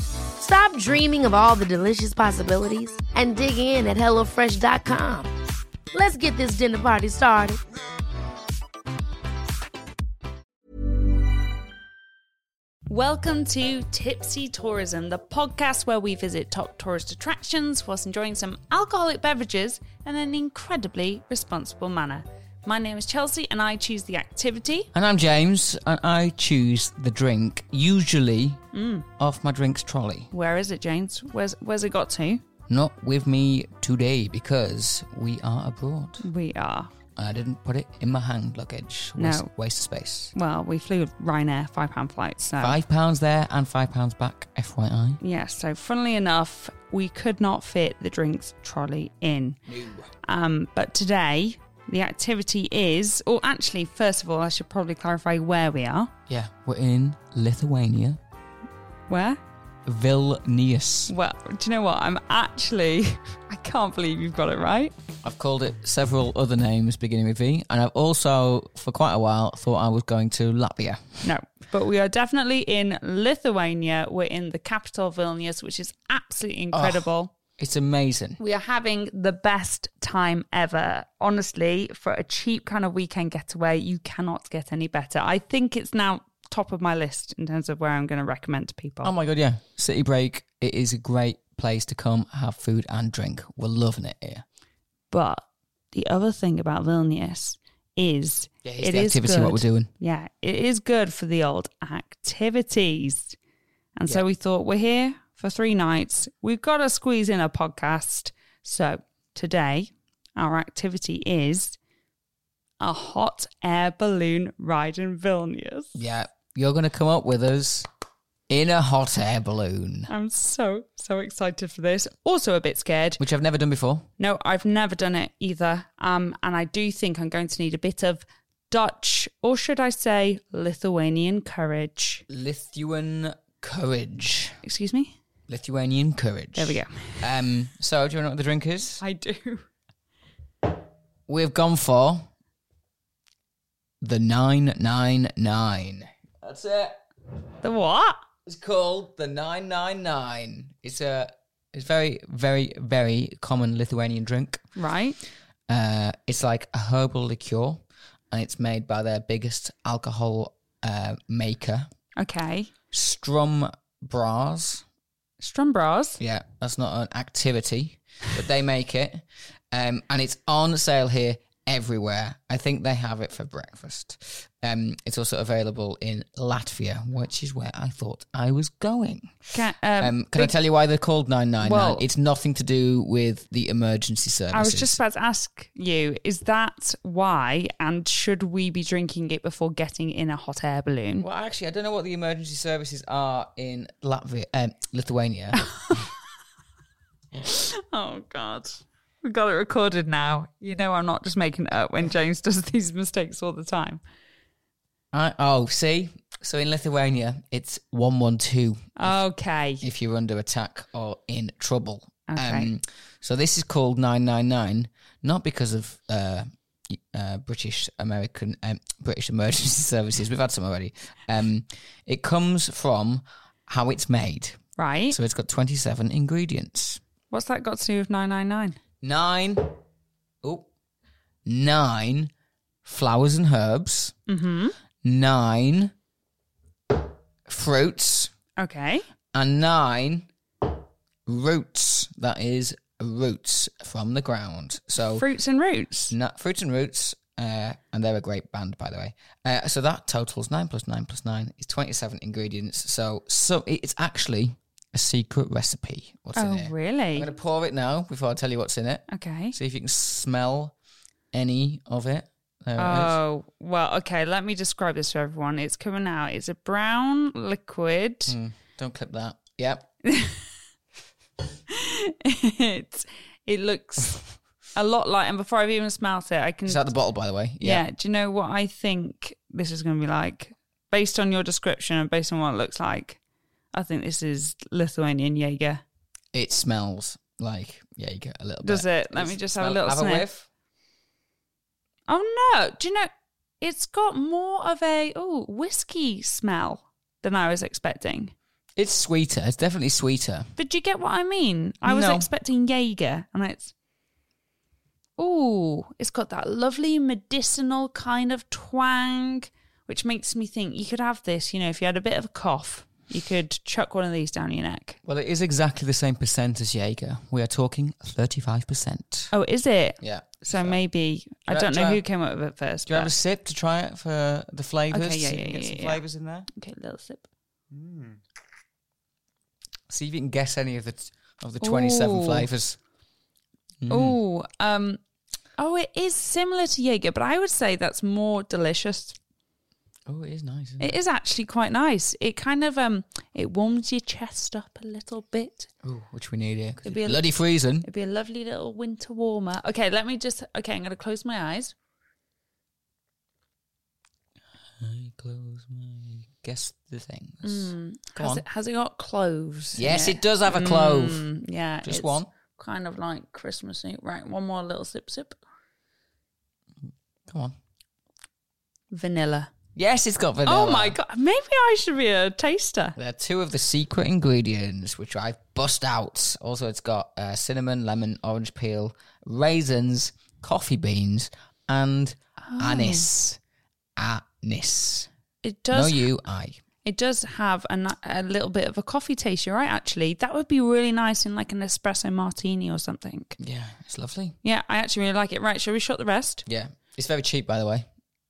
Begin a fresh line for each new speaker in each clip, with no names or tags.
Stop dreaming of all the delicious possibilities and dig in at HelloFresh.com. Let's get this dinner party started.
Welcome to Tipsy Tourism, the podcast where we visit top tourist attractions whilst enjoying some alcoholic beverages in an incredibly responsible manner. My name is Chelsea and I choose the activity.
And I'm James, and I choose the drink, usually off my drinks trolley.
Where is it, James? Where's where's it got to?
Not with me today because we are abroad.
We are.
And I didn't put it in my hand luggage. Waste,
No.
waste of space.
Well, we flew Ryanair five pound flights, so
Five pounds there and five pounds back, FYI.
Yeah, so funnily enough, we could not fit the drinks trolley in. Um, but today, the activity is, or actually, first of all, I should probably clarify where we are.
Yeah, we're in Lithuania,
Where?
Vilnius.
Well, do you know what? I'm actually, I can't believe you've got it right.
I've called it several other names beginning with V, and I've also, for quite a while, thought I was going to Latvia.
No, but we are definitely in Lithuania. We're in the capital Vilnius, which is absolutely incredible.
It's amazing.
We are having the best time ever. Honestly, for a cheap kind of weekend getaway, you cannot get any better. I think it's now top of my list in terms of where I'm going to recommend to people.
Oh my god, yeah. City break. It is a great place to come, have food and drink. We're loving it here.
But the other thing about Vilnius is
Yeah, here's the activity, what we're doing.
Yeah, it is good for the old activities. And so we thought we're here for three nights. We've got to squeeze in a podcast. So today our activity is a hot air balloon ride in Vilnius.
Yeah, you're gonna come up with us in a hot air balloon,
I'm so so excited for this. Also a bit scared.
which I've never done before.
No, I've never done it either. Um, and I do think I'm going to need a bit of Dutch, or should I say Lithuanian courage.
Lithuan courage,
Excuse me?
Lithuanian courage.
There we go.
Um, so do you know what the drink is?
I do.
We've gone for the nine nine nine. That's it.
The what?
It's called the 999. It's a it's very very very common Lithuanian drink.
Right.
Uh, it's like a herbal liqueur, and it's made by their biggest alcohol uh, maker,
Okay.
Strum Bras.
Strumbras.
Yeah, that's not an activity, but they make it, um, and it's on sale here everywhere. I think they have it for breakfast. Um, it's also available in Latvia, which is where I thought I was going.
Can, um,
Um, can I tell you why they're called 999?
Well-
it's nothing to do with the emergency services.
I was just about to ask you, is that why and should we be drinking it before getting in a hot air balloon?
Well, actually, I don't know what the emergency services are in Latvia, um, Lithuania.
Oh God. We got it recorded now. You know I'm not just making it up when James does these mistakes all the time.
I, oh, see, so in Lithuania, it's one one two
Okay.
if you're under attack or in trouble. Um,
Okay.
so this is called nine nine nine, not because of uh, y- uh, British American um, British emergency services. We've had some already. Um, it comes from how it's made.
Right.
So it's got twenty seven ingredients.
What's that got to do with 999?
nine, oh, nine flowers and herbs,
Mm-hmm.
nine fruits,
Okay.
and nine roots. That is roots from the ground. So
Fruits and roots.
na- fruits and roots Uh, and they're a great band, by the way. Uh, so that totals nine plus nine plus nine is twenty-seven ingredients. So, so it's actually a secret recipe. What's in
Oh,
here? I'm
really?
going to pour it now before I tell you what's in it.
Okay.
See if you can smell any of it. There it is.
Oh, well, okay. Let me describe this to everyone. It's coming out. It's a brown liquid.
Mm, don't clip that. Yep.
it's, it looks a lot like, and before I've even smelt it, I can.
It's out the bottle, by the way.
Mm. yeah. Do you know what I think this is going to be like? Based on your description and based on what it looks like, I think this is Lithuanian Jaeger.
It smells like yeah, you get a little.
Does
bit.
it? Let me
It's-
just have a
smell-
little
have
sniff.
a whiff.
Oh no! Do you know it's got more of a oh whiskey smell than I was expecting.
It's sweeter. It's definitely sweeter.
But do you get what I mean? I was
No.
expecting Jaeger, and it's oh, it's got that lovely medicinal kind of twang, which makes me think you could have this. You know, if you had a bit of a cough, you could chuck one of these down your neck.
Well, it is exactly the same percent as Jaeger. We are talking thirty-five percent.
Oh, is it?
Yeah.
So maybe I
Do you-
don't
do
know
you-
who came up with it first.
Do you have a
but-
sip to try it for the flavors?
Okay, yeah,
See if
yeah,
you can get
yeah,
some
yeah.
flavors in there.
okay, little sip.
See if you can guess any of the t- of the twenty-seven
Ooh.
flavors. Mm-hmm.
Oh, um, oh, it is similar to Jaeger, but I would say that's more delicious.
Oh, it is nice. Isn't it?
It is actually quite nice. It kind of um, it warms your chest up a little bit.
Ooh, which we need here. 'cause
It'd
it's
be a-
bloody freezing.
It'd be a lovely little winter warmer. Okay, let me just. Okay, I'm gonna close my eyes.
I close my guess the things. Come
Has
on.
it, has it got cloves? in
Yes, it does have a clove.
Mm, yeah,
Just
it's
one.
Kind of like Christmassy. Right, one more little sip, sip.
Come on.
Vanilla.
Yes, it's got vanilla.
Oh my god! Maybe I should be a taster.
There are two of the secret ingredients which I've bust out. Also, it's got uh, cinnamon, lemon, orange peel, raisins, coffee beans, and
Oh.
anise. Anise.
It
No,
does
you, I.
It does have a, ni- a little bit of a coffee taste. You're right, actually. That would be really nice in like an espresso martini or something.
Yeah, it's lovely.
Yeah, I actually really like it. Right, shall we shot the rest?
Yeah, it's very cheap, by the way.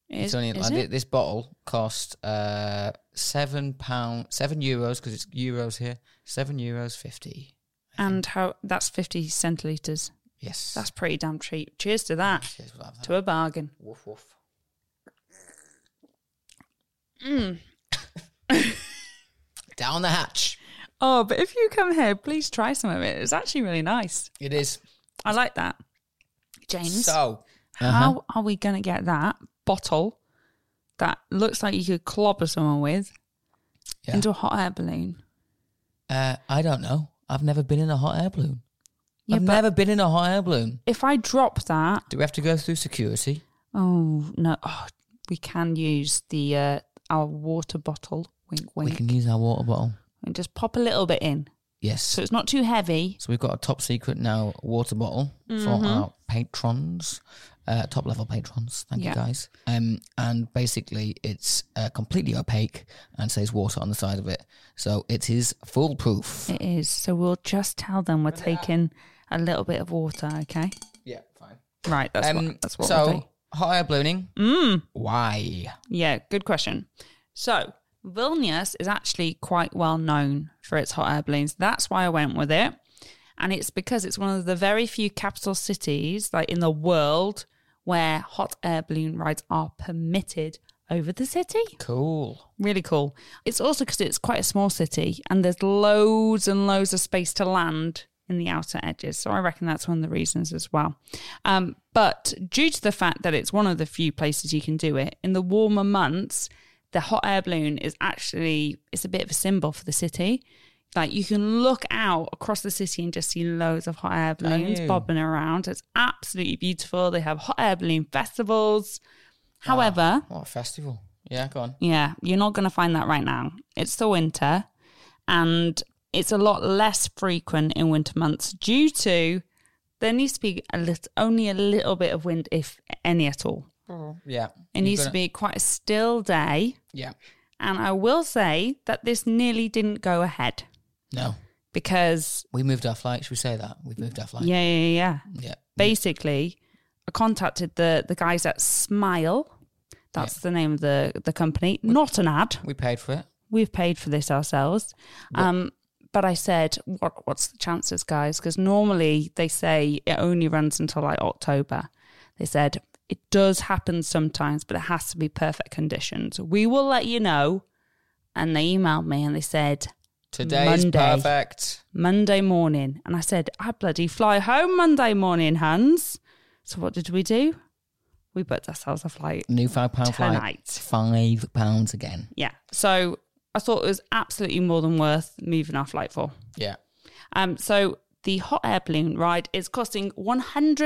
Is-
it's only
is
like
it?
this bottle cost uh, seven pound, seven euros because it's euros here. Seven euros fifty.
And how that's 50 centilitres.
Yes,
That's pretty damn cheap. Cheers to that.
Cheers, we'll have that.
To a bargain.
Woof woof. Down the hatch.
Oh, but if you come here, please try some of it. It's actually really nice.
It is.
I like that. James,
So uh-huh.
how are we going to get that bottle that looks like you could clobber someone with
Yeah.
into a hot air balloon?
uh, I don't know. I've never been in a hot air balloon.
Yeah,
I've
but-
never been in a hot air balloon.
if I drop that,
Do we have to go through security?
oh no, oh, we can use the uh, our water bottle. Wink, wink,
We can use our water bottle.
and just pop a little bit in,
Yes.
so
So,
it's not too heavy.
we've got a top secret now water bottle
Mm-hmm.
for our patrons, uh, top level patrons. Thank
Yeah.
you guys. Um, and basically, it's uh, completely opaque and says water on the side of it. So it is foolproof.
It is. So we'll just tell them we're taking a little bit of water. Okay.
Yeah, fine.
Right. That's
um,
what. That's what.
so
we'll do.
hot air ballooning.
Mm,
Why?
yeah. Good question. So Vilnius is actually quite well known for its hot air balloons. That's why I went with it. and it's because it's one of the very few capital cities like in the world where hot air balloon rides are permitted over the city.
Cool.
Really cool. It's also because it's quite a small city and there's loads and loads of space to land in the outer edges. So I reckon that's one of the reasons as well. Um, but due to the fact that it's one of the few places you can do it in the warmer months, the hot air balloon is actually it's a bit of a symbol for the city. Like you can look out across the city and just see loads of hot air balloons
you?
bobbing around. It's absolutely beautiful. They have hot air balloon festivals. However,
What a festival. Yeah, go on.
yeah, you're not going to find that right now. It's the winter and it's a lot less frequent in winter months due to there needs to be a lit only a little bit of wind, if any at all.
Yeah.
It needs to be quite a still day.
Yeah.
And I will say that this nearly didn't go ahead
No.
because,
We moved our flight. Should we say that? We've moved our flight.
yeah, yeah, yeah.
Yeah.
Basically, I contacted the the guys at Smile. That's the name of the the company. Not an ad.
We paid for it.
We've paid for this ourselves. Um, but I said, what What's the chances, guys? Because normally they say it only runs until like October. They said it does happen sometimes, but it has to be perfect conditions. We will let you know. And they emailed me and they said,
Today's
Monday.
perfect.
Monday morning. And I said, I bloody fly home Monday morning, Hans. So what did we do? We booked ourselves a flight.
New five pound
Tonight.
flight. Five pounds again.
Yeah. So I thought it was absolutely more than worth moving our flight for.
Yeah.
Um, so the hot air balloon ride is costing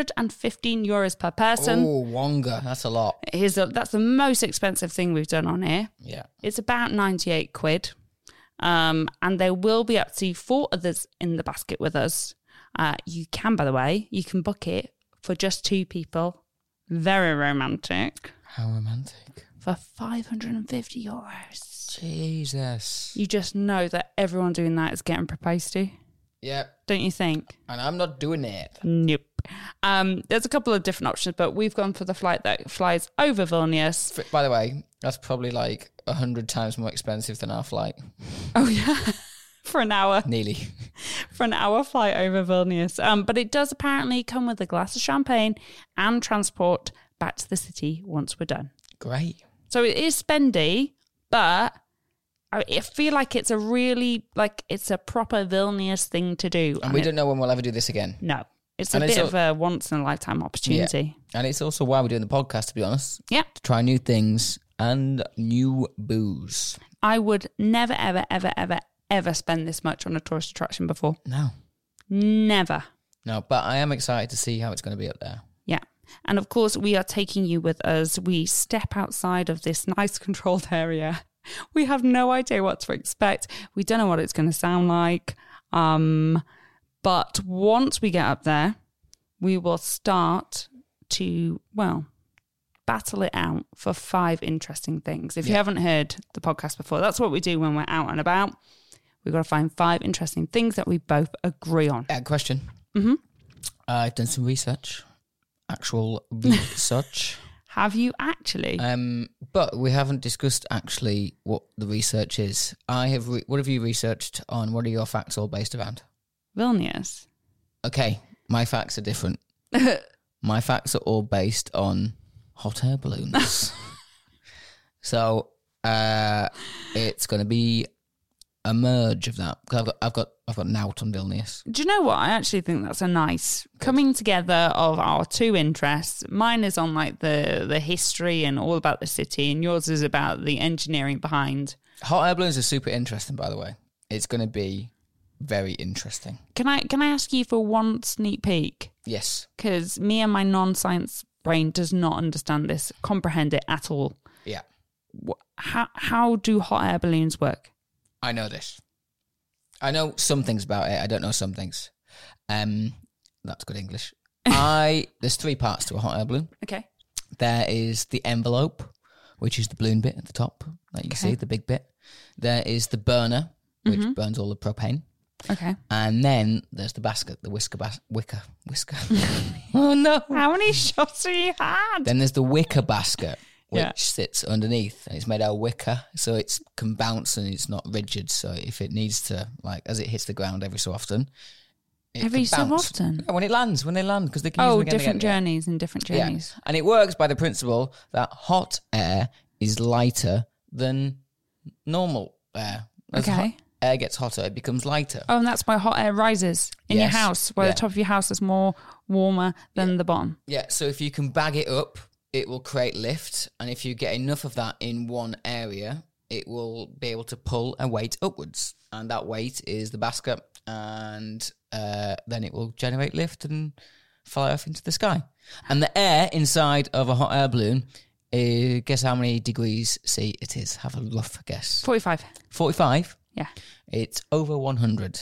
115 euros per person.
oh, Wonga. That's a lot.
Here's a, that's the most expensive thing we've done on here.
Yeah.
It's about 98 quid. Um, and there will be up to four others in the basket with us. Uh, you can, by the way, you can book it for just two people. Very romantic.
How romantic.
For 550 euros.
Jesus.
You just know that everyone doing that is getting proposed to,
Yeah.
don't you think?
And I'm not doing it.
Nope. Um, there's a couple of different options, but we've gone for the flight that flies over Vilnius.
F- By the way, that's probably like a hundred times more expensive than our flight.
Oh, yeah. for an hour.
Nearly.
for an hour flight over Vilnius. Um, but it does apparently come with a glass of champagne and transport back to the city once we're done.
Great.
So it is spendy, but I I feel like it's a really like it's a proper Vilnius thing to do.
And we
it-
don't know when we'll ever do this again.
No, it's a
And it's
bit
al-
of a once in a lifetime opportunity.
And it's also why we're doing the podcast, to be honest,
Yeah.
to try new things and new booze.
I would never, ever, ever, ever, ever spend this much on a tourist attraction before.
No,
Never.
no, but I am excited to see how it's going to be up there.
Yeah. And of course, we are taking you with us. We step outside of this nice controlled area. We have no idea what to expect. We don't know what it's going to sound like. Um, but once we get up there, we will start to, well, battle it out for five interesting things. If you haven't heard the podcast before, that's what we do when we're out and about. We've got to find five interesting things that we both agree on.
Uh, question. Uh,
Mhm.
I've done some research, actual research.
Have you actually?
Um, but we haven't discussed actually what the research is. I have. Re- what have you researched on? What are your facts all based around?
Vilnius.
Okay, my facts are different. my facts are all based on hot air balloons. so uh, it's going to be a merge of that. 'Cause I've got, I've got, I've got Nout on Vilnius.
Do you know what? I actually think that's a nice coming together of our two interests. Mine is on like the the history and all about the city, and yours is about the engineering behind.
Hot air balloons are super interesting, by the way. It's going to be very interesting.
Can I can I ask you for one sneak peek?
Yes.
Because me and my non science brain does not understand this, comprehend it at all.
Yeah.
Wh- How how do hot air balloons work?
I know this. I know some things about it. I don't know some things. Um, that's good English. I there's three parts to a hot air balloon.
Okay.
There is the envelope, which is the balloon bit at the top that you can see, the big bit. There is the burner, which burns all the propane.
Okay.
And then there's the basket, the whisker bas- wicker whisker. oh no!
How many shots have you had?
Then there's the wicker basket, which
Yeah.
sits underneath, and it's made out of wicker, so it can bounce and it's not rigid. So if it needs to, like, as it hits the ground every so often, it
Every
can
so
bounce.
often?
Yeah, when it lands, when they land, because they can use
Oh,
them again and
different
again and again.
journeys and different journeys.
Yeah. And it works by the principle that hot air is lighter than normal air. As
Okay.
hot air gets hotter, it becomes lighter.
Oh, and that's why hot air rises in
Yes.
your house, where
Yeah.
the top of your house is more warmer than the bottom.
Yeah, so if you can bag it up, it will create lift. And if you get enough of that in one area, it will be able to pull a weight upwards. And that weight is the basket. And uh, then it will generate lift and fly off into the sky. And the air inside of a hot air balloon, uh, guess how many degrees C it is? Have a rough guess.
45.
45.
Yeah.
It's over 100.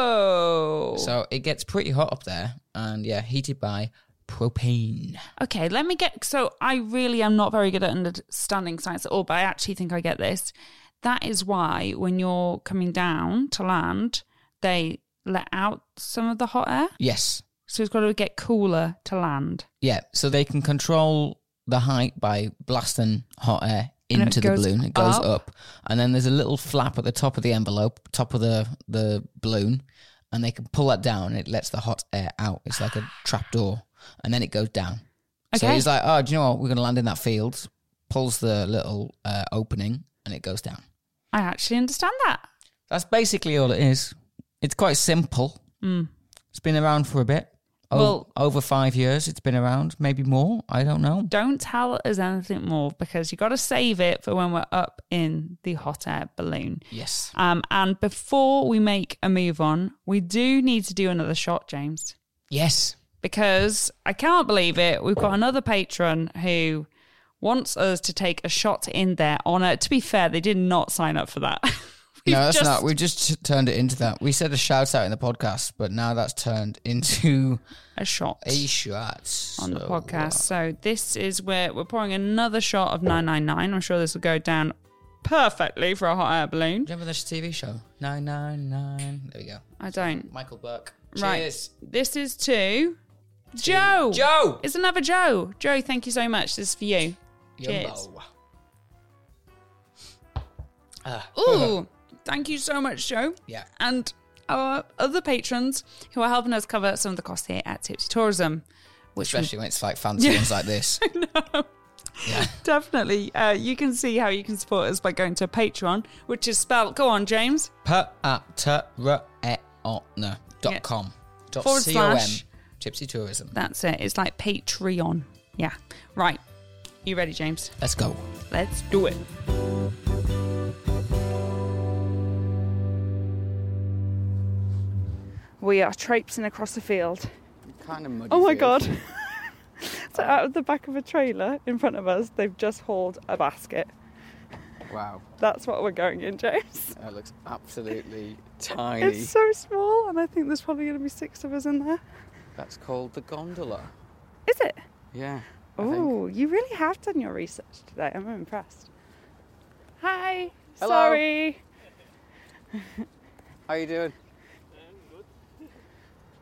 Whoa.
So it gets pretty hot up there. And yeah, heated by propane.
okay, let me get. So I really am not very good at understanding science at all, but I actually think I get this. That is why when you're coming down to land, they let out some of the hot air.
Yes.
So it's got to get cooler to land.
Yeah, so they can control the height by blasting hot air
And it
into the
goes
balloon. It goes
up.
up. and then there's a little flap at the top of the envelope, top of the the balloon, and they can pull that down. And it lets the hot air out. It's like a trap door, and then it goes down. So
Okay.
he's like, "Oh, do you know what? We're gonna land in that field." Pulls the little uh, opening, and it goes down.
I actually understand that.
That's basically all it is. It's quite simple. It's been around for a bit. O-
Hmm. Well-
over five years, it's been around. Maybe more. I don't know.
Don't tell us anything more because you got to save it for when we're up in the hot air balloon.
Yes.
Um, and before we make a move on, we do need to do another shot, James,
Yes.
because I can't believe it. We've got another patron who wants us to take a shot in there on a. To be fair, they did not sign up for that. We've
no, that's
just-
not. We just t- turned it into that. We said a shout out in the podcast, but now that's turned into
a shot.
a shout
on the podcast. So this is where we're pouring another shot of 999. I'm sure this will go down perfectly for a hot air balloon.
Remember this TV show? Nine nine nine. There we go.
I don't.
Michael Burke. Cheers.
Right. This is to Joe.
Joe.
It's another Joe. Joe, thank you so much. This is for you. Cheers.
Yumbo. Ah,
Ooh, thank you so much, Joe.
Yeah.
And our other patrons who are helping us cover some of the costs here at Tipsy Tourism, which we
especially when it's like fancy ones like this.
definitely, uh, you can see how you can support us by going to Patreon, which is spelled, go on, James.
Patreon.com.
Yeah.
e, Dot com. Dot
Forward
com.
slash.
Gypsy tourism.
That's it. It's like Patreon. Yeah. Right. You ready, James?
Let's go.
Let's do it. We are traipsing across the field.
Kind of muddy.
Oh my god. so out of the back of a trailer in front of us, they've just hauled a basket.
Wow.
That's what we're going in, James.
That looks absolutely tiny.
It's so small and I think there's probably gonna be six of us in there.
That's called the gondola.
Is it?
Yeah. I think.
Oh, you really have done your research today. I'm impressed. Hi.
Hello.
Sorry.
How you doing?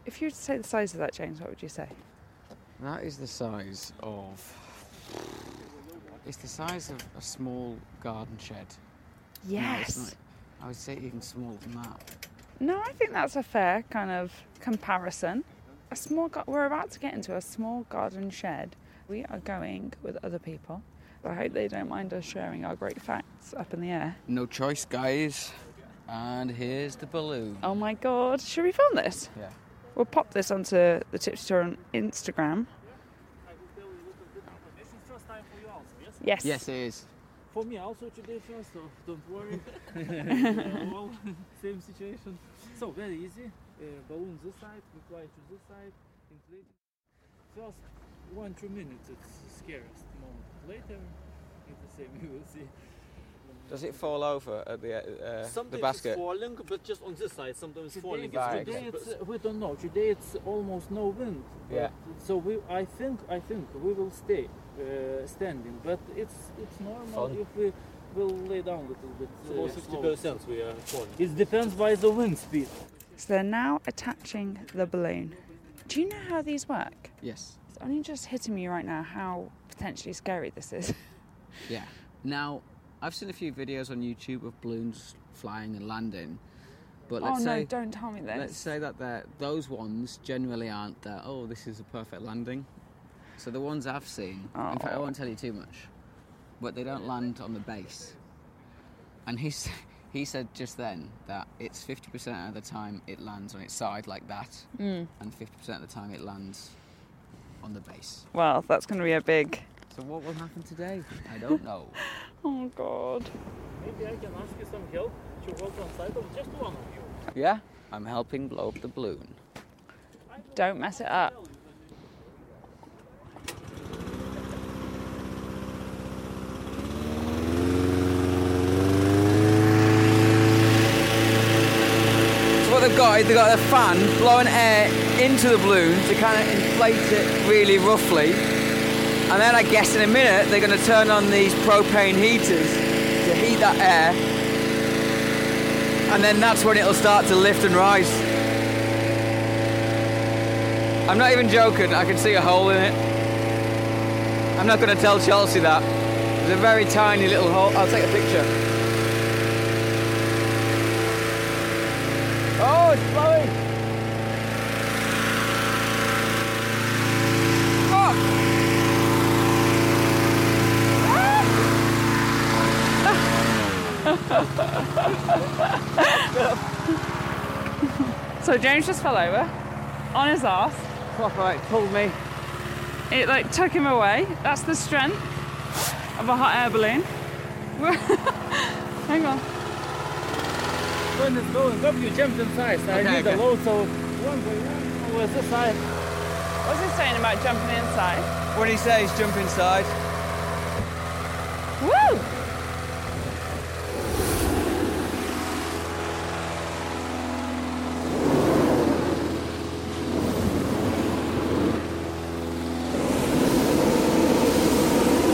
If you were to say the size of that, James, what would you say?
That is the size of. It's the size of a small garden shed. No, it's
Yes.
not. I would say even smaller than that.
No, I think that's a fair kind of comparison. A small gar- we're about to get into a small garden shed. We are going with other people. I hope they don't mind us sharing our great facts up in the air.
No choice, guys. And here's the balloon.
Oh my god, should we film this?
Yeah.
We'll pop this onto the Tipster on Instagram.
It's the first time for you also, yes?
Yes.
Yes, it is.
For me also today first, so don't worry. We are all same situation. So very easy. Uh, balloon this side, reply to this side, inflate. First one two minutes it's scariest moment. Later it's the same you will see.
Does it fall over at the,
Sometimes it's falling, but just on this side. Sometimes it's falling.
it's-
It's- today it's, uh, we don't know. Today it's almost no wind.
Yeah.
But- So we, I think, I think we will stay uh, standing. But it's it's normal if we will lay down a little bit. Uh, slower.
we are falling.
It depends by the wind speed.
So they're now attaching the balloon. Do you know how these work?
Yes.
It's only just hitting me right now how potentially scary this is.
Yeah. Now, I've seen a few videos on YouTube of balloons flying and landing, but
oh
let's
no,
say
don't tell me this.
let's say that they're, those ones generally aren't that. Oh, this is a perfect landing. So the ones I've seen, in
Oh.
fact, I won't tell you too much, but they don't land on the base. And he s- he said just then that it's fifty percent of the time it lands on its side like that,
Hmm.
and fifty percent of the time it lands on the base.
Well, that's going to be a big.
So what will happen today? I don't know.
Oh god.
Maybe I can ask you some help to walk on side of just one of you.
yeah, I'm helping blow up the balloon.
Don't mess it up.
So what they've got is they've got a fan blowing air into the balloon to kind of inflate it really roughly. And then I guess in a minute they're going to turn on these propane heaters to heat that air. And then that's when it'll start to lift and rise. I'm not even joking. I can see a hole in it. I'm not going to tell Chelsea that. There's a very tiny little hole. I'll take a picture. Oh, it's blowing. Oh.
So James just fell over on his ass.
Fuck, right, pulled me.
It like took him away. That's the strength of a hot air balloon. Hang on.
When it's going up, you jump inside. So
Okay,
I need
okay.
a load, so one by one over this side.
What's he saying about jumping inside?
When he says jump inside,
Woo!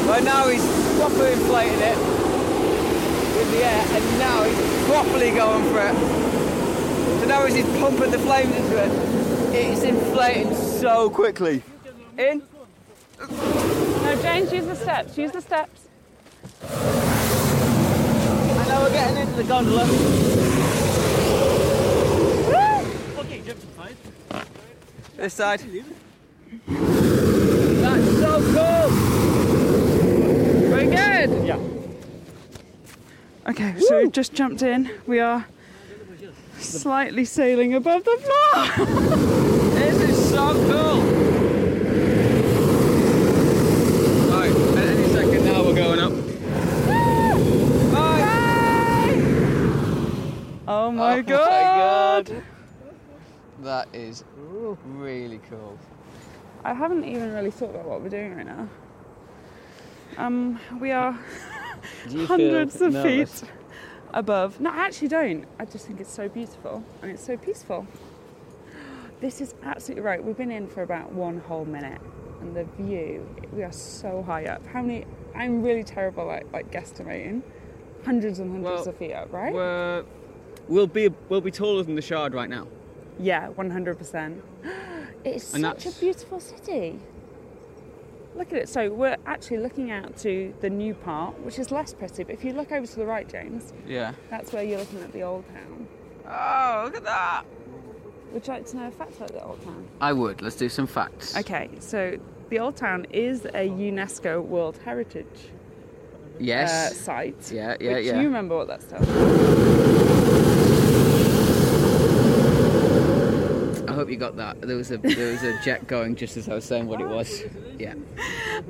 right now he's properly inflating it with the air, and now he's properly going for it. So now as he's pumping the flames into it, it's inflating so quickly. In.
No, James, use the steps. Use the steps.
And now we're getting into the gondola.
Okay, jump inside.
This side. That's so cool. Very good.
Okay, so we just jumped in. We are slightly sailing above the floor.
This is so cool. Right, at any second now we're going up. Bye.
Oh
Oh
my
my
god.
God. That is really cool.
I haven't even really thought about what we're doing right now. Um, we are
Do you feel
hundreds of
nervous?
feet above. No, I actually don't. I just think it's so beautiful and it's so peaceful. This is absolutely right. We've been in for about one whole minute, and the view. We are so high up. How many? I'm really terrible at like guesstimating. Hundreds and hundreds
Well,
of feet up, right?
We're, we'll be we'll be taller than the Shard right now.
Yeah, 100%. It's
And
such
that's-
a beautiful city. Look at it. So we're actually looking out to the new part, which is less pretty. But if you look over to the right, James,
Yeah.
that's where you're looking at the old town.
Oh, look at that.
Would you like to know a fact about the old town?
I would. Let's do some facts.
Okay, so the old town is a UNESCO World Heritage uh,
Yes.
site.
Yeah, yeah,
which
yeah.
You remember what that's tells
I hope you got that. There was a there was a jet going just as I was saying what it was. Yeah.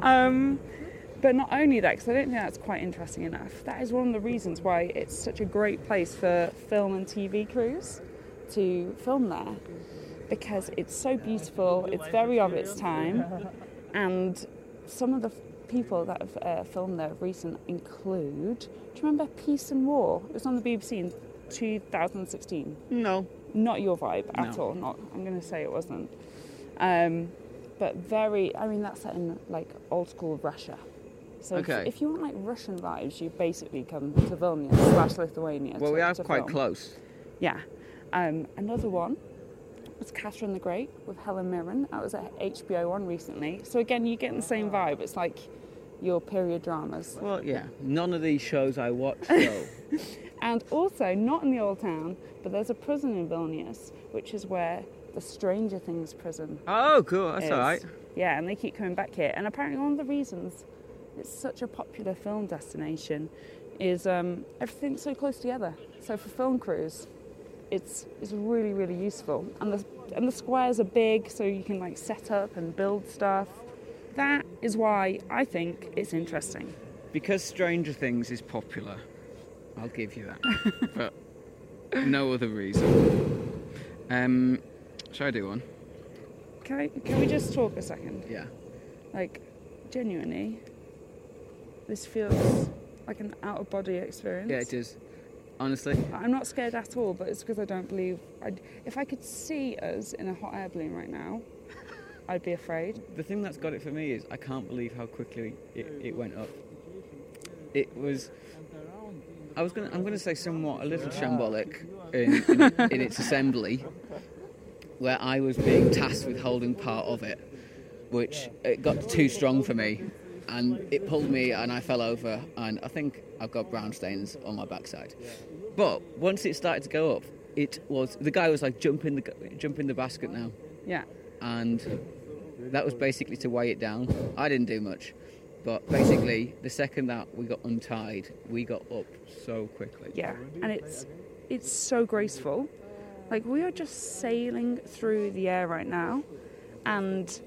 Um, but not only that, because I don't think that's quite interesting enough. That is one of the reasons why it's such a great place for film and TV crews to film there, because it's so beautiful. It's very of its time, and some of the f- people that have uh, filmed there of recent include. Do you remember Peace and War? It was on the BBC in 2016
No.
not your vibe at all. Not I'm going to say it wasn't. Um, but very, I mean, that's set in like old school Russia. So if-
Okay.
if, you want like Russian vibes, you basically come to Vilnius slash Lithuania.
Well,
to,
we are
to
quite
film.
close.
Yeah. Um, another one was Catherine the Great with Helen Mirren. That was at HBO One recently. So again, you get the same vibe. It's like your period dramas.
Well, yeah. None of these shows I watch though.
And also, not in the old town, but there's a prison in Vilnius, which is where the Stranger Things prison
oh, cool. That's
is.
all right.
Yeah, and they keep coming back here. And apparently, one of the reasons it's such a popular film destination is um, everything's so close together. So for film crews, it's it's really really useful. And the and the squares are big, so you can like set up and build stuff. That is why I think it's interesting.
Because Stranger Things is popular, I'll give you that. but no other reason. Um, shall I do one?
Can I, can we just talk a second?
Yeah.
Like, genuinely, this feels like an out of body experience.
Yeah, it is. Honestly.
I'm not scared at all, but it's because I don't believe. I'd, if I could see us in a hot air balloon right now, I'd be afraid.
The thing that's got it for me is I can't believe how quickly it, it went up. It was. I was gonna. I'm gonna say somewhat a little shambolic in, in, in its assembly,
where I was being tasked with holding part of it, which it got too strong for me, and it pulled me, and I fell over, and I think I've got brown stains on my backside. But once it started to go up, it was the guy was like jump in the jump in the basket now,
Yeah.
and that was basically to weigh it down. I didn't do much. But basically, the second that we got untied, we got up so quickly.
Yeah. And it's it's so graceful. Like we are just sailing through the air right now and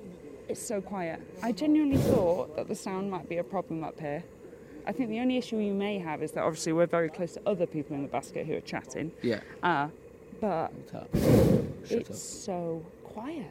it's so quiet. I genuinely thought that the sound might be a problem up here. I think the only issue you may have is that obviously we're very close to other people in the basket who are chatting.
Yeah.
Uh, but
Tap.
it's so quiet.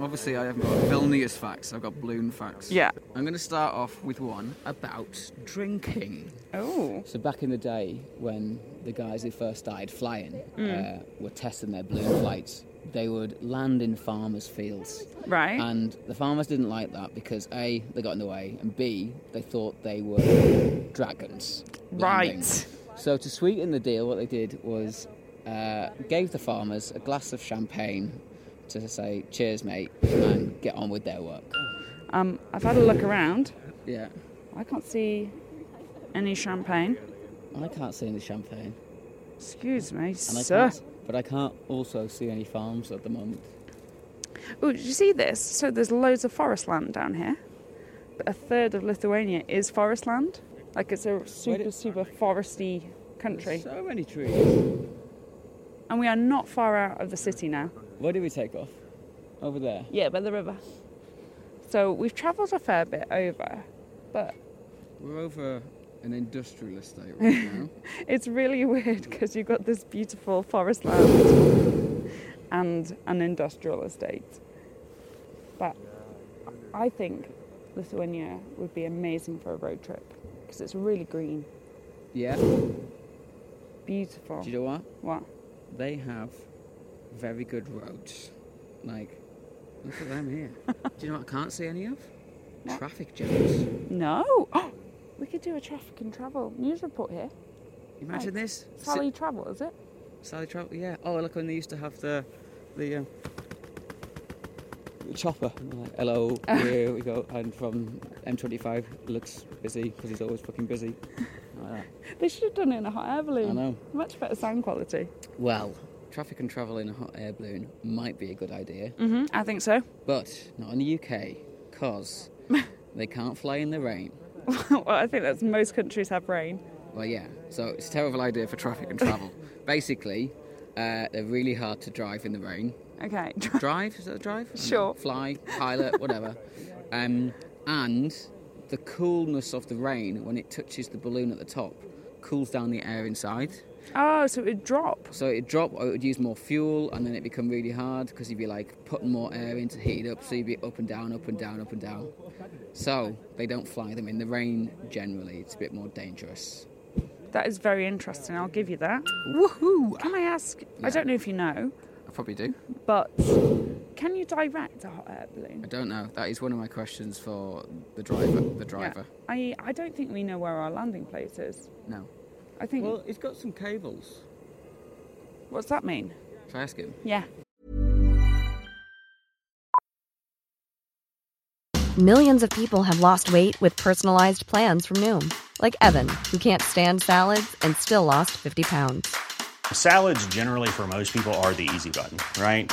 Obviously, I haven't got Vilnius facts, I've got balloon facts.
Yeah.
I'm going to start off with one about drinking.
Oh.
So, back in the day when the guys who first started flying
Mm.
uh, were testing their balloon flights, they would land in farmers' fields.
Right.
Uh,
And the farmers didn't like that because A, they got in the way, and B, they thought they were dragons. landing.
Right.
So to sweeten the deal, what they did was uh, gave the farmers a glass of champagne to say, cheers, mate, and get on with their work.
Um, I've had a look around.
Yeah.
I can't see any champagne.
I can't see any champagne.
Excuse me,
And I
sir.
can't, but I can't also see any farms at the moment.
Oh, did you see this? So there's loads of forest land down here. But a third of Lithuania is forest land. Like it's a super, super foresty country.
So many trees.
And we are not far out of the city now.
Where did we take off? Over there.
Yeah, by the river. So we've travelled a fair bit over, but
We're over an industrial estate right now.
it's really weird because you've got this beautiful forest land and an industrial estate. But I think Lithuania would be amazing for a road trip because it's really green,
yeah. Do
beautiful.
you know what?
What?
They have very good roads. Like, look at them here. Do you know what I can't see any of?
What?
Traffic jams.
No! we could do a traffic and travel news report here.
Imagine this. Si-
Sally Travel, is it?
Sally Trout, yeah. Oh, look when they used to have the the, uh, the chopper. Like, Hello, here we go. And from M25, looks busy because he's always fucking busy. Like
They should have done it in a hot air
that.
balloon.
I know.
Much better sound quality.
Well, traffic and travel in a hot air balloon might be a good idea,
Mm-hmm, I think so.
but not in the UK because they can't fly in the rain.
well, I think that's most countries have rain.
Well, yeah. So it's a terrible idea for traffic and travel. Basically, uh, they're really hard to drive in the rain.
Okay.
drive is that a drive I don't
Sure.
know. fly pilot whatever um, and the coolness of the rain when it touches the balloon at the top cools down the air inside
Oh, so it would drop.
so it'd drop or it would use more fuel and then it'd become really hard because you'd be like putting more air in to heat it up so you'd be up and down up and down up and down so they don't fly them in the rain generally it's a bit more dangerous
That is very interesting. I'll give you that.
woohoo
Can I ask? I
Yeah.
don't know if you know,
i probably do
but can you direct a hot air
i
balloon?
don't know that is one of my questions for the driver the driver
I I don't think we know where our landing place is.
no
I think.
it's got some cables
what's that mean?
Should I ask him?
Yeah.
Millions of people have lost weight with personalized plans from Noom, like Evan, who can't stand salads and still lost 50 pounds.
Salads, generally, for most people, are the easy button, right?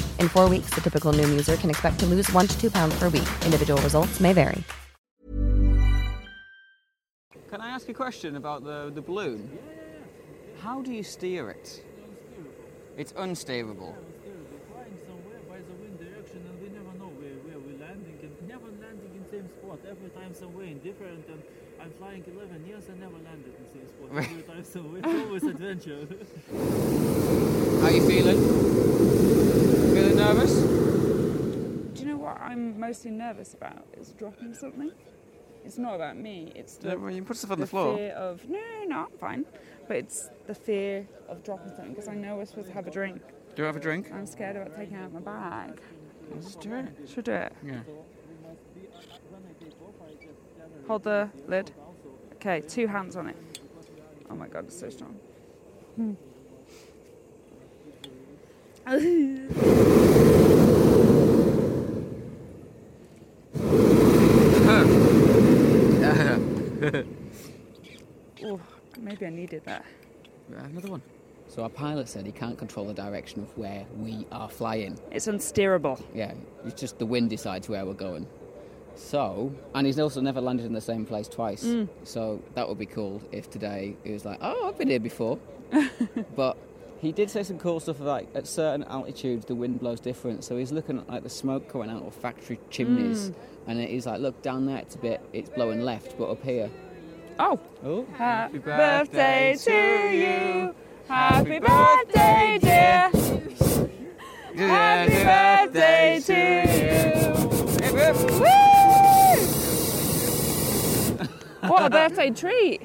In four weeks, the typical Noom user can expect to lose one to two pounds per week. Individual results may vary.
Can I ask a question about the, the balloon? How do you steer it? It's unsteerable.
We're flying somewhere by the wind direction and we never know where, where we're landing and never landing in same spot. Every time somewhere in different and I'm flying 11 years and never landed in same spot. Every time somewhere. It's always adventure.
How you feeling? Feeling nervous?
Do you know what I'm mostly nervous about? Is dropping something. It's not about me. It's the,
When you put stuff on
the
the floor.
fear of no, no, no, I'm fine. But it's the fear of dropping something because I know we're supposed to have a drink.
Do you have a drink?
I'm scared about taking out my bag.
Let's do it.
Should do it.
Yeah.
Hold the lid. Okay, two hands on it. Oh my god, it's so strong.
Hmm.
Oh, maybe I needed that.
Uh, Another one. So our pilot said he can't control the direction of where we are flying.
It's unsteerable.
Yeah, it's just the wind decides where we're going. So, and he's also never landed in the same place twice.
Mm.
So that would be cool if today he was like, "Oh, I've been here before," but. He did say some cool stuff like at certain altitudes the wind blows different. So he's looking at like the smoke coming out of factory chimneys,
Mm.
and he's like, "Look down there, it's a bit, it's blowing left, but up here."
Oh,
Oh,
happy birthday to you. Happy birthday, dear. Happy birthday to you. Woo! What a birthday treat.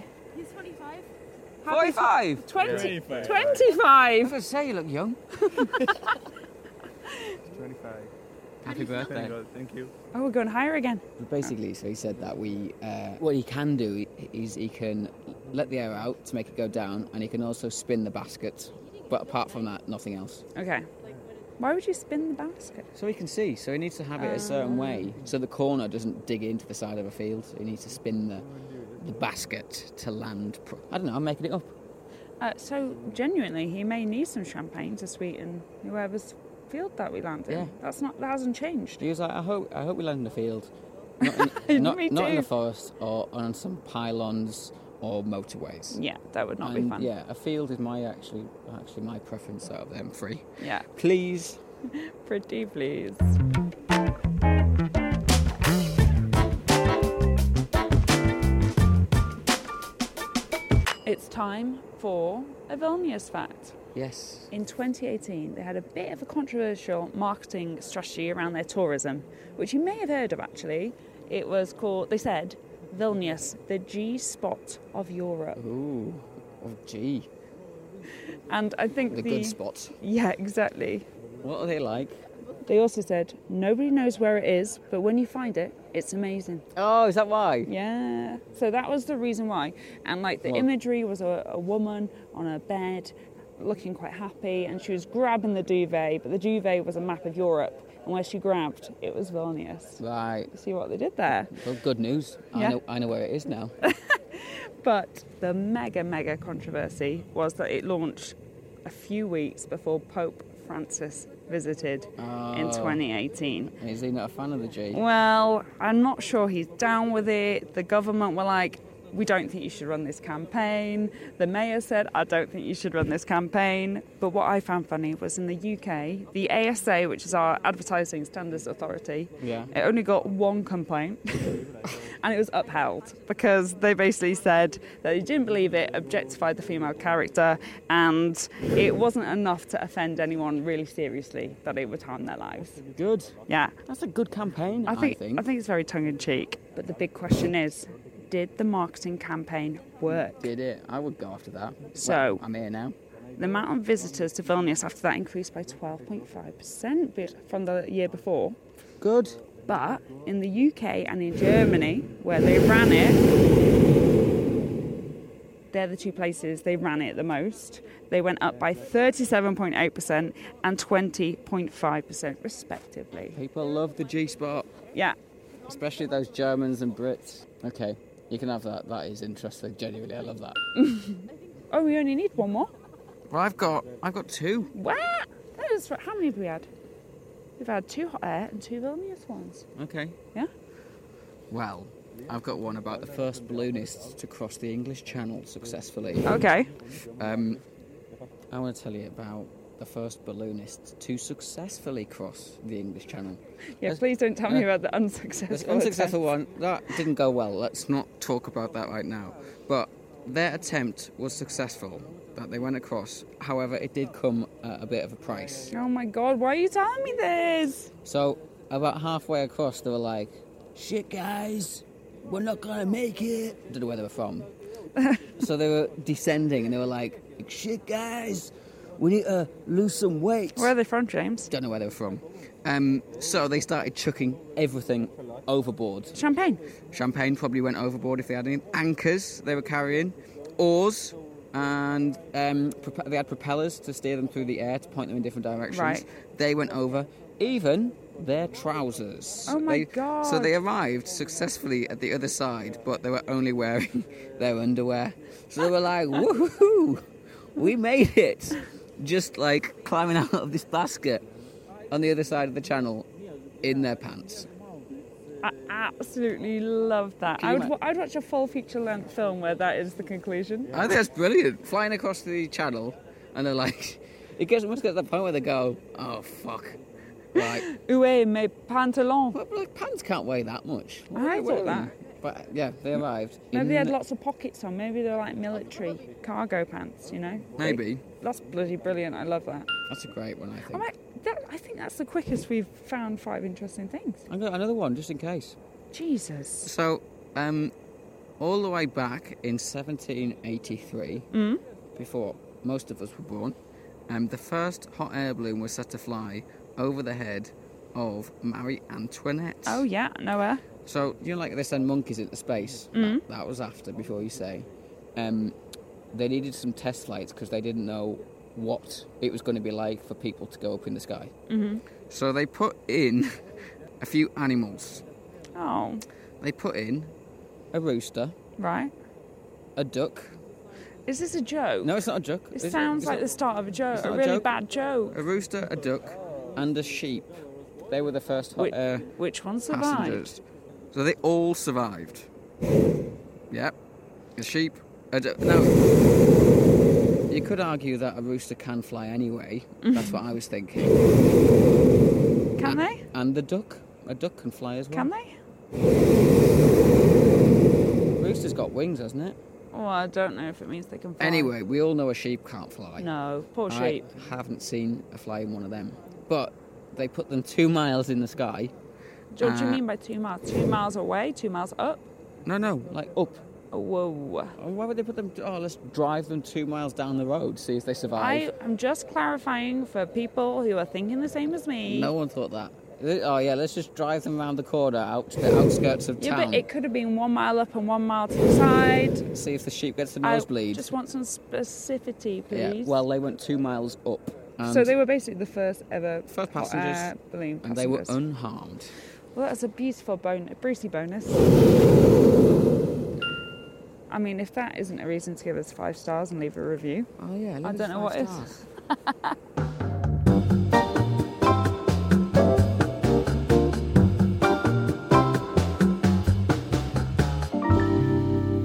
Happy
Forty-five.
20, 25.
I say you look young. 25. Happy birthday.
Oh, we're going higher again.
Basically, so he said that we, uh, what he can do is he can let the air out to make it go down, and he can also spin the basket. But apart from that, nothing else.
Okay. Why would you spin the basket?
So he can see. So he needs to have it a certain way, so the corner doesn't dig into the side of a field. So he needs to spin the, the basket to land. Pro- I don't know. I'm making it up.
Uh, so, genuinely, he may need some champagne to sweeten whoever's field that we land in.
Yeah.
That's not, that hasn't changed.
He was like, I hope, I hope we land in the field, not in, not,
Me
not in
too.
the forest or on some pylons or motorways.
Yeah, that would not be
And,
fun.
Yeah, a field is my actually actually my preference out of them three.
Yeah.
Please.
Pretty please. It's time for a Vilnius fact.
Yes.
In 2018, they had a bit of a controversial marketing strategy around their tourism, which you may have heard of actually. It was called, they said, Vilnius, the G spot of Europe.
Ooh. Oh, gee.
And I think
The good spots.
Yeah, exactly.
What are they like?
They also said, nobody knows where it is, but when you find it, it's amazing.
Oh, is that why?
Yeah. So that was the reason why. And like the
Well-
imagery was a, a woman on a bed looking quite happy and she was grabbing the duvet, but the duvet was a map of Europe and where she grabbed it was Vilnius.
Right.
See what they did there.
Well, good news.
Yeah.
I know. I know where it is now.
But the mega, mega controversy was that it launched a few weeks before Pope Francis visited in 2018.
is he not a fan of the G?
Well, I'm not sure he's down with it. The government were like, we don't think you should run this campaign. The mayor said, I don't think you should run this campaign. But what I found funny was in the UK, the ASA, which is our Advertising Standards Authority,
Yeah.
it only got one complaint and it was upheld because they basically said that they didn't believe it objectified the female character and it wasn't enough to offend anyone really seriously that it would harm their lives.
Good.
Yeah.
That's a good campaign.
I think, I think it's very tongue in cheek. But the big question is, did the marketing campaign work?
Did it? I would go after that.
So-
Well, I'm here now.
The amount of visitors to Vilnius after that increased by 12.5% bit- from the year before.
Good.
But in the UK and in Germany, where they ran it, they're the two places they ran it the most. They went up by 37.8% and 20.5% respectively.
People love the G spot,
Yeah,
especially those Germans and Brits. Okay, you can have that. That is interesting. Genuinely, I love that.
Oh, we only need one more.
Well, I've got, I've got two.
What? That is right. How many have we had? We've had two hot air and two Vilnius ones.
Okay.
Yeah.
Well, I've got one about the first balloonists to cross the English Channel successfully.
Okay.
Um, I want to tell you about the first balloonists to successfully cross the English Channel.
Yeah,
Let's-
please don't tell me
uh,
about the unsuccessful.
This unsuccessful one, that didn't go well. Let's not talk about that right now. But their attempt was successful, that they went across. However, it did come at a bit of a price.
attempt. Oh my god, why are you telling me this?
So, about halfway across, they were like, shit, guys, we're not gonna make it. I don't know where they were from. so they were descending and they were like, shit, guys, we need to lose some weight.
Where are they from, James?
don't know where they were from. Um, so they started chucking everything overboard.
Champagne.
Champagne probably went overboard if they had any. Anchors they were carrying, oars, and um, prop- they had propellers to steer them through the air to point them in different directions.
Right.
They went over, even their trousers.
Oh my
They- So
God.
they arrived successfully at the other side, but they were only wearing their underwear. So they were like, woohoo, we made it. Just like climbing out of this basket on the other side of the channel in their pants.
I absolutely love that.
Can
I
you
would,
ma-
wa- I'd watch a full feature length film where that is the conclusion.
I think that's brilliant. Flying across the channel, and they're like, it gets must get to the point where they go, oh fuck, like,
Oué, mes pantalons.
but, like pants can't weigh that much. What
I
are they
thought
wearing?
that.
But yeah, they arrived.
Maybe they
in-
had lots of pockets on. Maybe they're like military cargo pants, you know?
Maybe
That's bloody brilliant. I love that.
that's a great one. I
I,
think.
might, that. I think that's the quickest we've found five interesting things.
I've got another one just in case.
Jesus.
So, um, all the way back in 1783, before most of us were born, um, the first hot air balloon was set to fly over the head of Marie Antoinette.
Oh, yeah, Noah.
So you know, like they send monkeys into space. That, that was after, before you say. Um, they needed some test flights because they didn't know what it was going to be like for people to go up in the sky. So they put in a few animals.
Oh,
They put in a rooster,
right.
a duck.
Is this a joke?
No, it's not a duck.
It
It's-
sounds
it's
like the
not-
start of a joke,
it's
a
not a
really
joke.
bad joke.
a rooster, a duck, and a sheep. They were the first hot
Which,
air
which one survived?
uh, passengers. So they all survived. Yep. A sheep. A du- now, you could argue that a rooster can fly anyway.
Mm-hmm.
That's what I was thinking.
Can they?
And the duck. A duck can fly as well.
Can they?
Rooster's got wings, hasn't it?
Oh, I don't know if it means they can fly.
Anyway, we all know a sheep can't fly.
No, poor
I
sheep.
haven't seen a fly in one of them. But they put them two miles in the sky.
George, what do you
Uh,
mean by two miles? Two miles away, two miles up?
No, no, like up.
Oh, whoa.
Oh, Why would they put them? Oh, let's drive them two miles down the road, see if they
I
survive.
am just clarifying for people who are thinking the same as me.
No one thought that. Oh yeah, let's just drive them around the corner out to the outskirts of
Yeah,
town.
but it could have been one mile up and one mile to the side.
See if the sheep gets a
I
nosebleed.
just want some specificity,
yeah.
please.
Well, they went two miles up. And
so they were basically the first ever
First passengers.
uh, balloon
and they were
passengers.
unharmed.
Well, that's a beautiful bonus, Brucey bonus. I mean, if that isn't a reason to give us five stars and leave a review,
Oh yeah,
I don't know what is.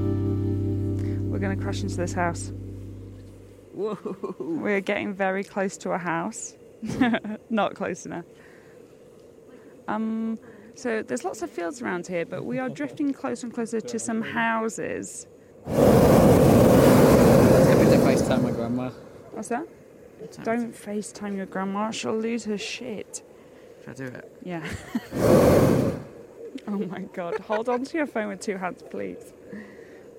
we're going to crash into this house. We're getting very close to a house. Not close enough. Um, so there's lots of fields around here, but we are drifting closer and closer to some houses.
Every day FaceTime my grandma.
What's that? Don't FaceTime your grandma, she'll lose her shit.
Should I do it?
Yeah. oh my god. Hold on to your phone with two hands, please.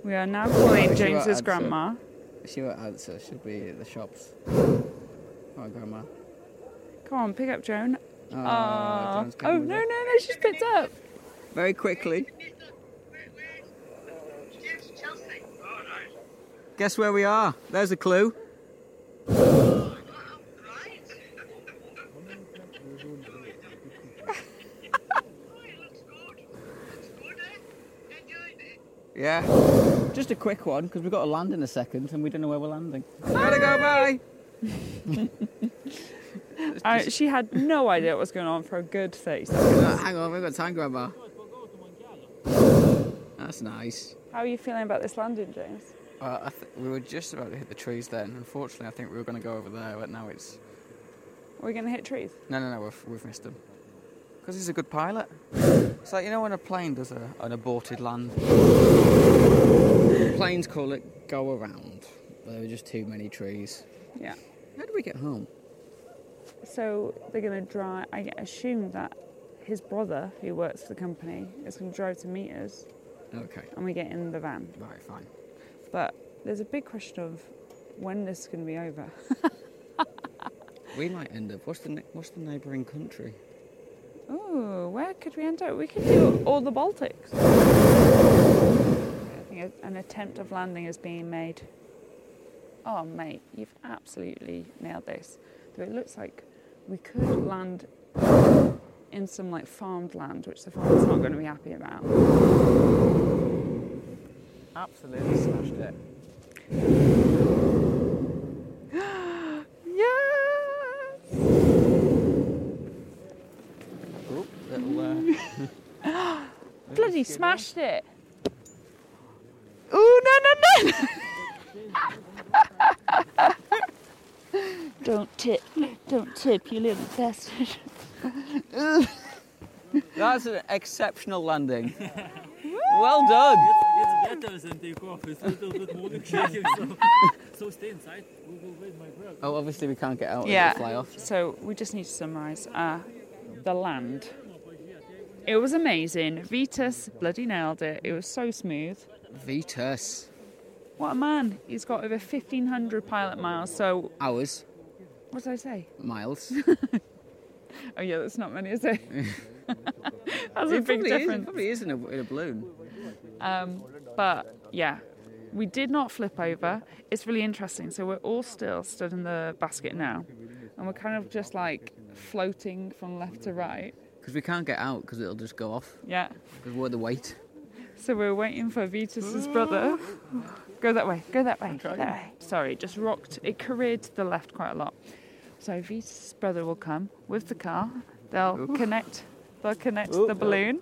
We are now calling
If you are
James's
answer-
grandma.
She won't answer. She'll be at the shops. Oh, grandma.
Come on, pick up Joan.
Oh,
Aw.
Joan's
oh
coming
no,
with
no,
her.
no, she's picked up.
Very quickly. Guess where we are? There's a clue. Yeah. Just a quick one because we've got to land in a second and we don't know where we're landing. Gotta go, bye.
Uh, she had no idea what was going on for a good 30 seconds.
Uh, hang on, we've got time, Grandma. That's nice.
How are you feeling about this landing, James?
Uh, I th- we were just about to hit the trees then. Unfortunately, I think we were going to go over there, but now it's
Are we going to hit trees?
no, no, no. We've, we've missed them because he's a good pilot. It's like you know when a plane does a, an aborted land. Planes call it go around. There were just too many trees.
Yeah.
How did we get home?
So they're going to drive. I assume that his brother, who works for the company, is going to drive to meet us
Okay,
and we get in the van.
right, fine.
But there's a big question of when this is going to be over.
We might end up. What's the ne- what's the neighbouring country?
Ooh, where could we end up? We could do all the Baltics. I think an attempt of landing is being made. Oh, mate, you've absolutely nailed this. Though it looks like we could land in some like farmed land, which the farmer's not going to be happy about.
Absolutely smashed it.
Yes!
Oh, little. Uh,
Bloody smashed it! Ooh, no, no, no! Don't tip. Don't tip, you little bastard.
That's an exceptional landing. well done.
It's better than take off. It's a little bit more than shaking, so, so stay inside. We will wait my breath.
Oh, obviously we can't get out.
Yeah.
Yeah. Fly off.
So we just need to summarise uh, the land. It was amazing. Vitus bloody nailed it. It was so smooth.
Vitus.
What a man. He's got over 1,500 pilot miles. So,
Hours.
what did I say?
Miles.
Oh, yeah, that's not many, is it? that's a big
It probably is. It
difference.
probably is in a, in a balloon.
Um, but yeah, we did not flip over. It's really interesting. So we're all still stood in the basket now, and we're kind of just like floating from left to right.
Because we can't get out because it'll just go off.
Yeah.
Because we're the weight.
So we're waiting for Vitus's brother. Go that way. Go that way. That way. Sorry, just rocked. It careered to the left quite a lot. So Vitus's brother will come with the car. They'll connect. They'll connect the balloon.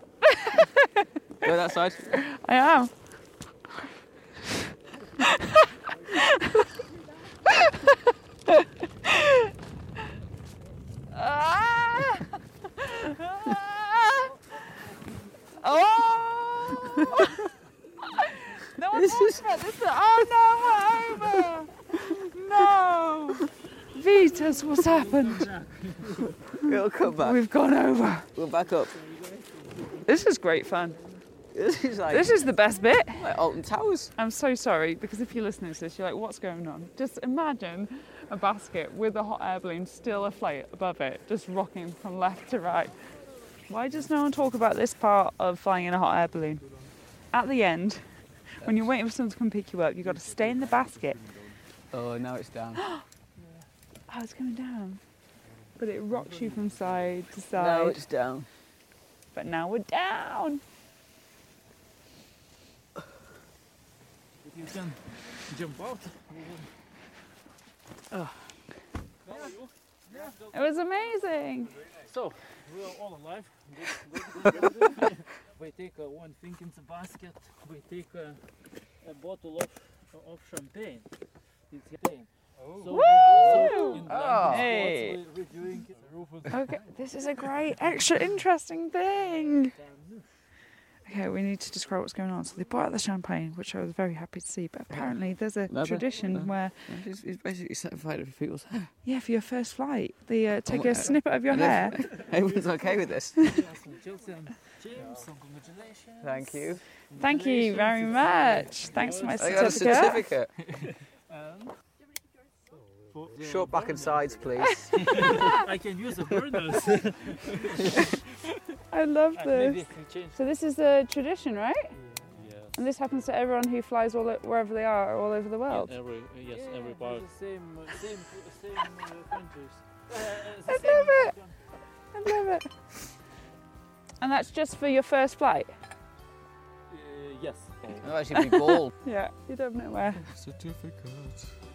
Go that side.
I am.
Ah!
oh! no one
this is. This is oh no, we're over. No. Vitas, what's happened?
It'll come back.
We've gone over.
We're back up.
This is great fun.
This is like,
This is the best bit.
like Alton Towers.
I'm so sorry because if you're listening to this, you're like, what's going on? Just imagine a basket with a hot air balloon still afloat above it, just rocking from left to right. Why does no one talk about this part of flying in a hot air balloon? At the end, when you're waiting for someone to come pick you up, you've got to stay in the basket.
Oh, now it's down.
Oh, it's coming down. But it rocks you from side to side.
now it's down.
But now we're down.
If you can jump out.
It was amazing.
So, we are all alive. Good, good, good, good. we take uh, one thing in the basket. We take uh, a bottle of, of champagne. It's champagne. So, so in oh.
Ah. Hey.
we, we're doing the roof of the
Okay, this is a great, extra interesting thing. Okay, we need to describe what's going on. So they bought out the champagne, which I was very happy to see. But apparently, there's a
Leather.
tradition
Leather.
where,
It's, it's basically certified for people's hair.
yeah, for your first flight, they uh, take
my-
a snippet of your
and if-
hair.
Everyone's okay with this.
Chelsea and James. So, congratulations.
Thank you.
Thank you very much. Thanks for my
I got a
certificate.
certificate. Um, Short back and sides, please.
I can use the burners.
I love
Maybe
this.
I can change.
So this is a tradition, right?
Yeah.
And this happens to everyone who flies all o- wherever they are, all over the world.
Every yes, every part. Same, uh, same, same uh, countries. Uh,
I love it. I love it. And that's just for your first flight.
Uh, yes.
I'll actually be bald.
Yeah, you don't know where.
certificate.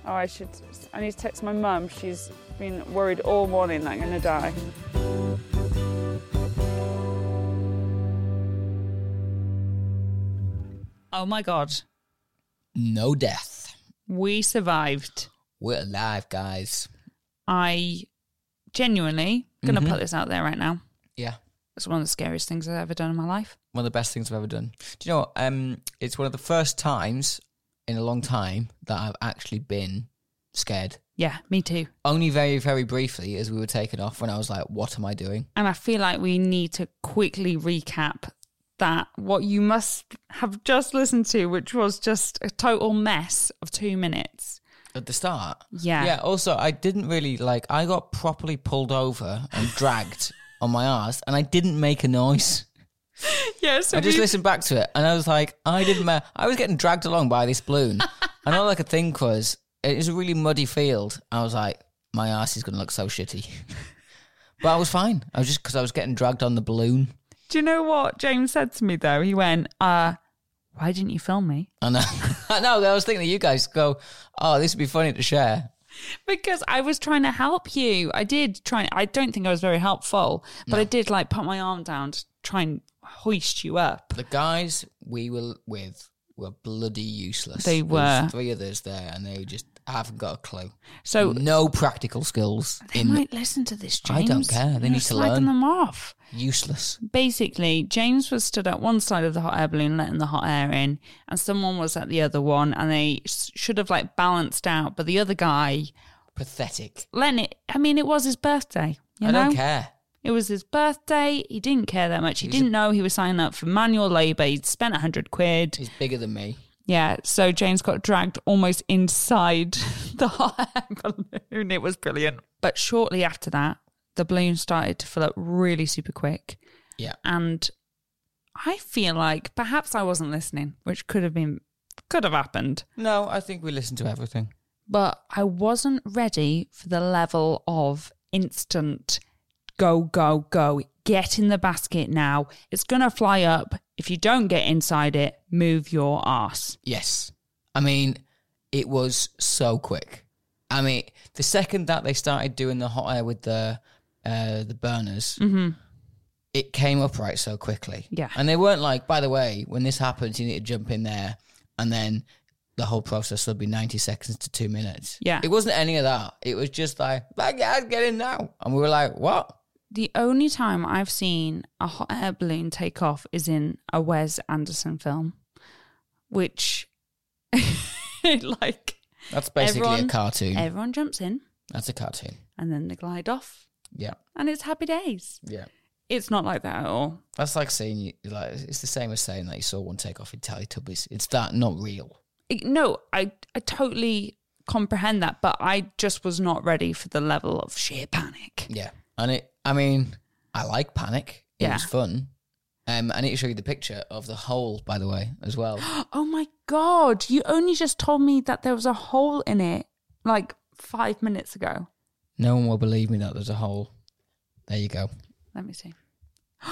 Oh, I should. I need to text my mum. She's been worried all morning that I'm going to die.
Oh my God.
No death.
We survived.
We're alive, guys.
I genuinely gonna put this out there right now.
Yeah.
It's one of the scariest things I've ever done in my life.
One of the best things I've ever done. Do you know what? Um, it's one of the first times in a long time that I've actually been scared.
Yeah, me too.
Only very, very briefly as we were taken off when I was like, what am I doing?
And I feel like we need to quickly recap that what you must have just listened to, which was just a total mess of two minutes.
At the start.
Yeah.
Yeah. Also, I didn't really like, I got properly pulled over and dragged on my ass and I didn't make a noise.
Yeah, so
I just
we-
listened back to it and I was like, I didn't ma I was getting dragged along by this balloon. and all I could think was, it was a really muddy field. I was like, my ass is going to look so shitty. but I was fine. I was just because I was getting dragged on the balloon.
Do you know what James said to me though? He went, uh, why didn't you film me?
And I, I know, I was thinking that you guys go, oh, this would be funny to share.
Because I was trying to help you. I did try I don't think I was very helpful, but I did like put my arm down to try and hoist you up.
The guys we were with were bloody useless.
They
There was
were.
three others there and they just haven't got a clue.
So
no practical skills
they
in
might listen to this, James.
I don't care. They
You're
need to
slagging
learn.
them off.
useless.
Basically, James was stood at one side of the hot air balloon, letting the hot air in, and someone was at the other one, and they s- should have like balanced out. But the other guy
Pathetic.
letting it. I mean, it was his birthday. You
I
know?
don't care.
It was his birthday. He didn't care that much. He
He's
didn't know he was signing up for manual labour. He'd spent a hundred quid.
He's bigger than me.
Yeah. So James got dragged almost inside the hot air balloon. It was brilliant. But shortly after that, the balloon started to fill up really super quick.
Yeah.
And I feel like perhaps I wasn't listening, which could have been could have happened.
No, I think we listened to everything.
But I wasn't ready for the level of instant go, go, go. Get in the basket now. It's gonna fly up. If you don't get inside it, move your ass.
Yes. I mean, it was so quick. I mean, the second that they started doing the hot air with the uh, the burners, it came upright so quickly.
Yeah.
And they weren't like, by the way, when this happens, you need to jump in there and then the whole process would be 90 seconds to two minutes.
Yeah.
It wasn't any of that. It was just like, my God, get in now. And we were like, what?
The only time I've seen a hot air balloon take off is in a Wes Anderson film, which like
That's basically
Everyone-
a cartoon.
everyone jumps in
That's a cartoon.
and then they glide off
Yeah,
and it's happy days.
yeah.
It's not like that at all.
That's like saying you, like it's the same as saying that you saw one take off in Teletubbies. It's that not real.
It- no, I I totally comprehend that, but I just was not ready for the level of sheer panic.
Yeah, and it. I mean, I like Panic. It
Yeah.
was fun. Um, I need to show you the picture of the hole, by the way, as well.
Oh my god, you only just told me that there was a hole in it like 5 minutes ago.
no one will believe me that there's a hole. There you go.
Let me see.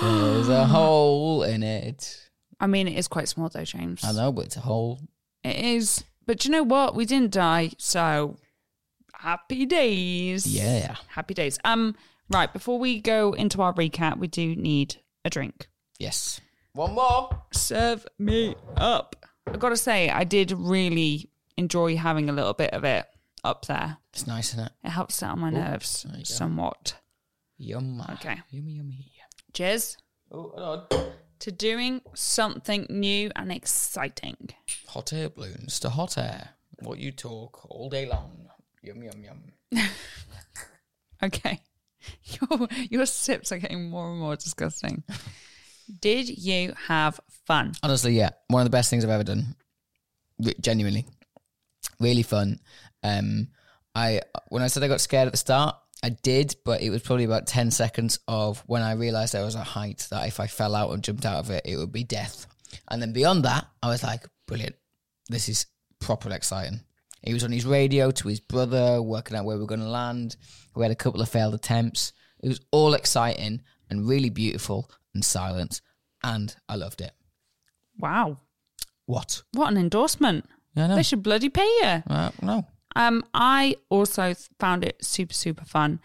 There's a hole in it.
I mean, it is quite small though, James.
I know, but it's a hole.
It is. But do you know what? We didn't die, so happy days.
Yeah.
Happy days. Um, right, before we go into our recap, we do need a drink.
Yes. One more.
Serve me up. I gotta say, I did really enjoy having a little bit of it up there.
It's nice, isn't it?
It helps settle my nerves
there you go.
somewhat.
Yum.
Okay.
Yummy, yummy.
Cheers
Oh, hold on.
to doing something new and exciting.
Hot air balloons to hot air. What you talk all day long. Yum, yum, yum.
Okay. Your your sips are getting more and more disgusting. Did you have fun?
Honestly, yeah, one of the best things I've ever done. Re- genuinely, really fun. Um, I when I said I got scared at the start, I did, but it was probably about ten seconds of when I realised I was at height that if I fell out and jumped out of it, it would be death. And then beyond that, I was like, brilliant. This is proper exciting. He was on his radio to his brother, working out where we are going to land. We had a couple of failed attempts. It was all exciting and really beautiful and silent, and I loved it.
Wow.
What?
What an endorsement.
I know.
They should bloody pay you.
Uh, no.
Um, I also th- found it super, super fun.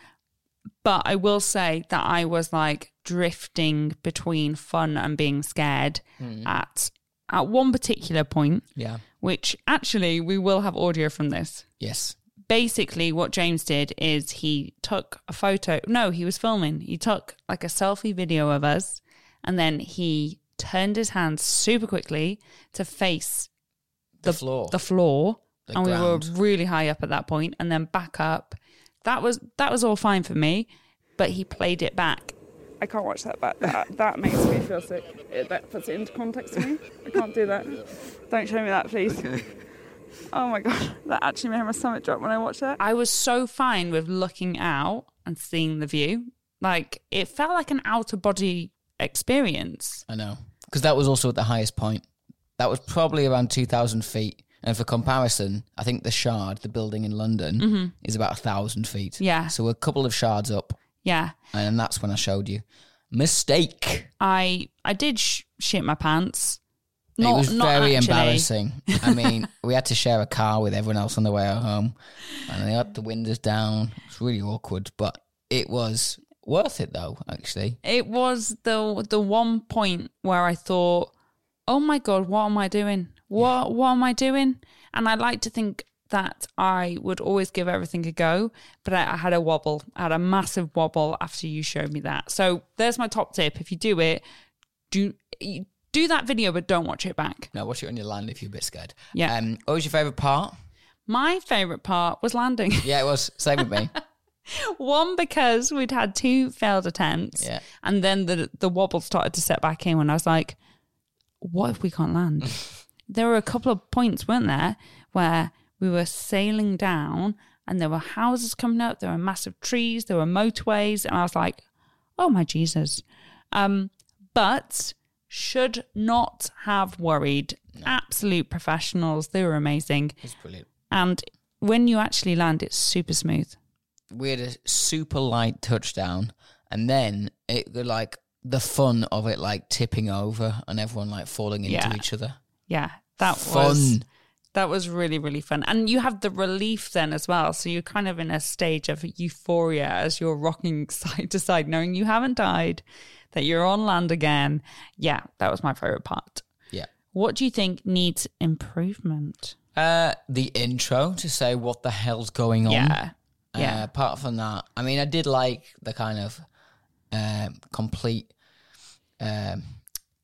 But I will say that I was like drifting between fun and being scared at at one particular point,
Yeah.
which actually we will have audio from this.
Yes.
basically what James did is he took a photo. No, he was filming. He took like a selfie video of us and then he turned his hands super quickly to face
The, floor.
the floor
The
and we
ground.
were really high up at that point and then back up. That was that was all fine for me, but he played it back.
I can't watch that back. That, that makes me feel sick. It, that puts it into context for me. I can't do that. Don't show me that, please. Oh my god, that actually made my stomach drop when I watched that.
I was so fine with looking out and seeing the view. Like it felt like an out of body experience.
I know. Because that was also at the highest point. That was probably around 2,000 feet. And for comparison, I think the shard, the building in London, is about 1,000 feet.
Mm-hmm. Yeah.
So a couple of shards up.
Yeah.
And that's when I showed you. Mistake.
I I did sh- shit my pants.
it was
actually.
very embarrassing. I mean, we had to share a car with everyone else on the way home, and they had the windows down. It's really awkward, but it was worth it though. Actually,
It was the the one point where I thought, "Oh my god, what am I doing? What what am I doing?" And I like to think that I would always give everything a go, but I, I had a wobble. I had a massive wobble after you showed me that. So there's my top tip: if you do it, do do that video, but don't watch it back.
no, watch it on your land if you're a bit scared.
Yeah.
Um, what was your favorite part?
My favorite part was landing.
Yeah, it was. Same with me.
One because we'd had two failed attempts,
Yeah.
and then the the wobble started to set back in. When I was like, "What if we can't land?" there were a couple of points, weren't there, where we were sailing down, and there were houses coming up, there were massive trees, there were motorways, and I was like, "Oh my Jesus!" Um, but should not have worried. Absolute professionals, they were amazing,
It's brilliant.
and when you actually land, it's super smooth.
we had a super light touchdown, and then it the, like the fun of it like tipping over and everyone like falling into
Yeah.
each other.
Yeah, that
fun.
was that was really really fun, and you have the relief then as well. So you're kind of in a stage of euphoria as you're rocking side to side, knowing you haven't died, that you're on land again. Yeah, that was my favorite part.
Yeah.
What do you think needs improvement?
Uh, the intro to say what the hell's going on.
Yeah,
Uh,
yeah.
apart from that, I mean, I did like the kind of um complete um,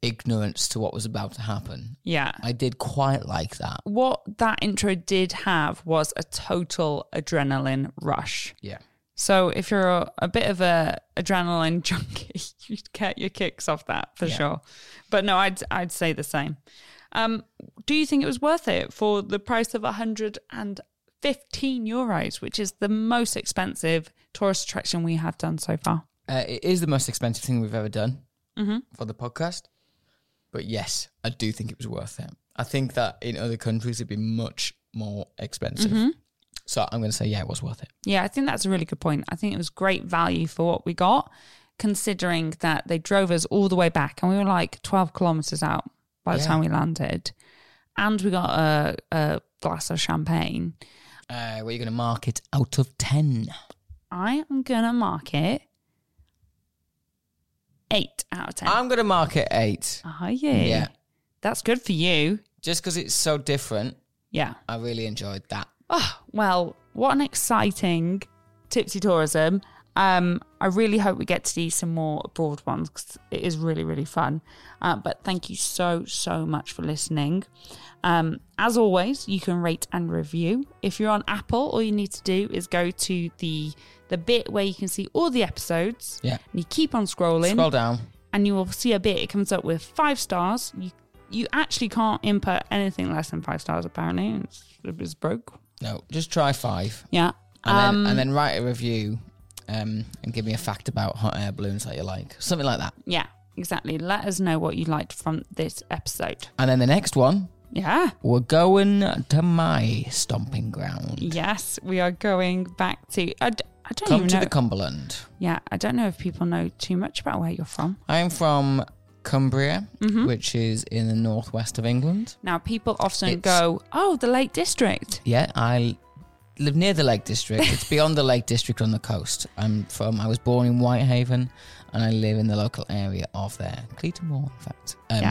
ignorance to what was about to happen.
Yeah.
I did quite like that.
What that intro did have was a total adrenaline rush.
Yeah.
So if you're a, a bit of a adrenaline junkie, you'd get your kicks off that for
Yeah.
sure. But no, I'd I'd say the same. Um, do you think it was worth it for the price of 115 euros, which is the most expensive tourist attraction we have done so far?
Uh, it is the most expensive thing we've ever done for the podcast. But yes, I do think it was worth it. I think that in other countries it'd be much more expensive. So I'm going to say, yeah, it was worth it.
Yeah, I think that's a really good point. I think it was great value for what we got, considering that they drove us all the way back and we were like 12 kilometers out by the
Yeah.
time we landed. And we got a, a glass of champagne.
Uh, what are you going to mark it out of 10?
I am going to mark it 8 out of 10.
I'm going to mark it 8.
oh, yeah.
Yeah.
That's good for you.
Just because it's so different,
Yeah.
I really enjoyed that.
Oh, well, what an exciting tipsy tourism. Um, I really hope we get to do some more abroad ones 'cause it is really, really fun. Uh, but thank you so, so much for listening. Um, as always, you can rate and review. If you're on Apple, all you need to do is go to the the bit where you can see all the episodes.
Yeah.
And you keep on scrolling
Scroll down.
and you will see a bit. It comes up with five stars. You you actually can't input anything less than five stars. Apparently, it's, it's broke.
No, just try 5.
Yeah.
And,
um,
then, and then write a review um, and give me a fact about hot air balloons that you like. Something like that.
yeah, exactly. Let us know what you liked from this episode.
And then the next one,
Yeah.
we're going to my stomping ground.
Yes, we are going back to. I, d- I don't
Come
even
to
know.
the Cumberland.
yeah, I don't know if people know too much about where you're from.
I'm from Cumbria,
Mm-hmm.
which is in the northwest of England.
Now, people often
It's-
go, "Oh, the Lake District."
Yeah, I live near the Lake District. It's beyond the Lake District on the coast. I'm from. I was born in Whitehaven, and I live in the local area of there, Cleatonmore, in fact. Um,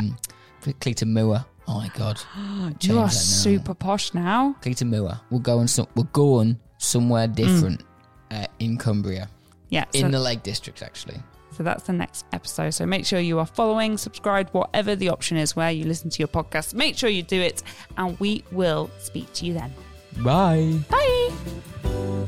yeah. Cleatonmore. Oh my god, Change
you
that
are
now.
super posh now.
Cleatonmore. We're going. Some, we're going somewhere different uh, in Cumbria,
Yeah. Mm. so-
in the Lake District, actually.
So that's the next episode. So make sure you are following, subscribed, whatever the option is where you listen to your podcast. Make sure you do it, and we will speak to you then.
Bye.
Bye.